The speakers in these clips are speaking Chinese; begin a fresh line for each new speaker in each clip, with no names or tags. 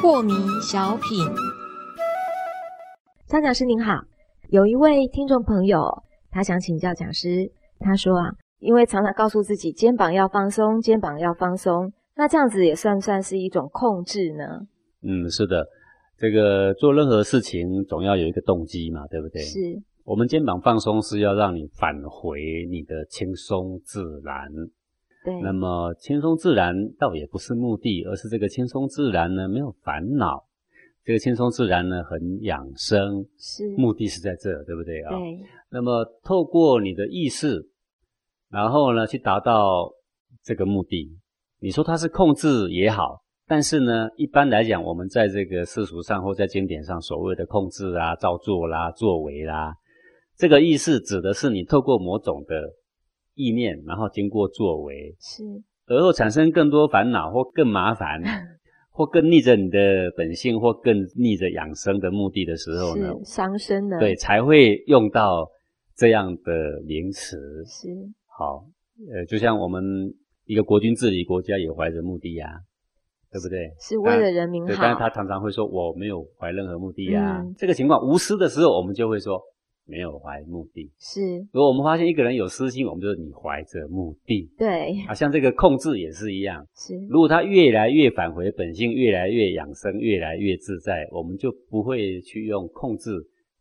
破迷小品，张讲师您好，有一位听众朋友，他想请教讲师，他说啊，因为常常告诉自己肩膀要放松，肩膀要放松，那这样子也算不算是一种控制呢？
嗯，是的，这个做任何事情总要有一个动机嘛，对不对？
是，
我们肩膀放松是要让你返回你的轻松自然。
对，
那么轻松自然倒也不是目的，而是这个轻松自然呢没有烦恼，这个轻松自然呢很养生，
是，
目的是在这，对不对啊？
嗯对，
那么透过你的意识，然后呢去达到这个目的。你说它是控制也好，但是呢，一般来讲，我们在这个世俗上或在经典上所谓的控制啊、照做啦、作为啦，这个意识指的是你透过某种的意念，然后经过作为，
是，
而后产生更多烦恼或更麻烦。或更逆着你的本性，或更逆着养生的目的的时候呢，
是伤身的，
对，，才会用到这样的名词。
是，
好，呃，就像我们一个国君治理国家也怀着目的呀、对不对？
是为了人民
对，
好，
但是他常常会说我没有怀任何目的呀、
嗯
这个情况无私的时候，我们就会说没有怀目的。
是，
如果我们发现一个人有私心，我们就说你怀着目的
对，
啊。像这个控制也是一样，
是，
如果他越来越返回本性，越来越养生，越来越自在，我们就不会去用控制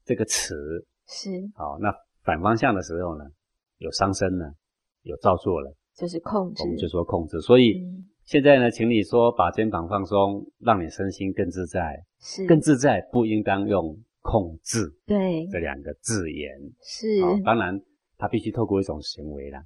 这个词。
是，
好，那反方向的时候呢，有伤身呢，有造作了，
就是控制
我，们就说控制。所以
嗯，
现在呢，请你说把肩膀放松，让你身心更自在。
是，
更自在不应当用控制
对，
这两个字眼。
是，
好当然它必须透过一种行为啦。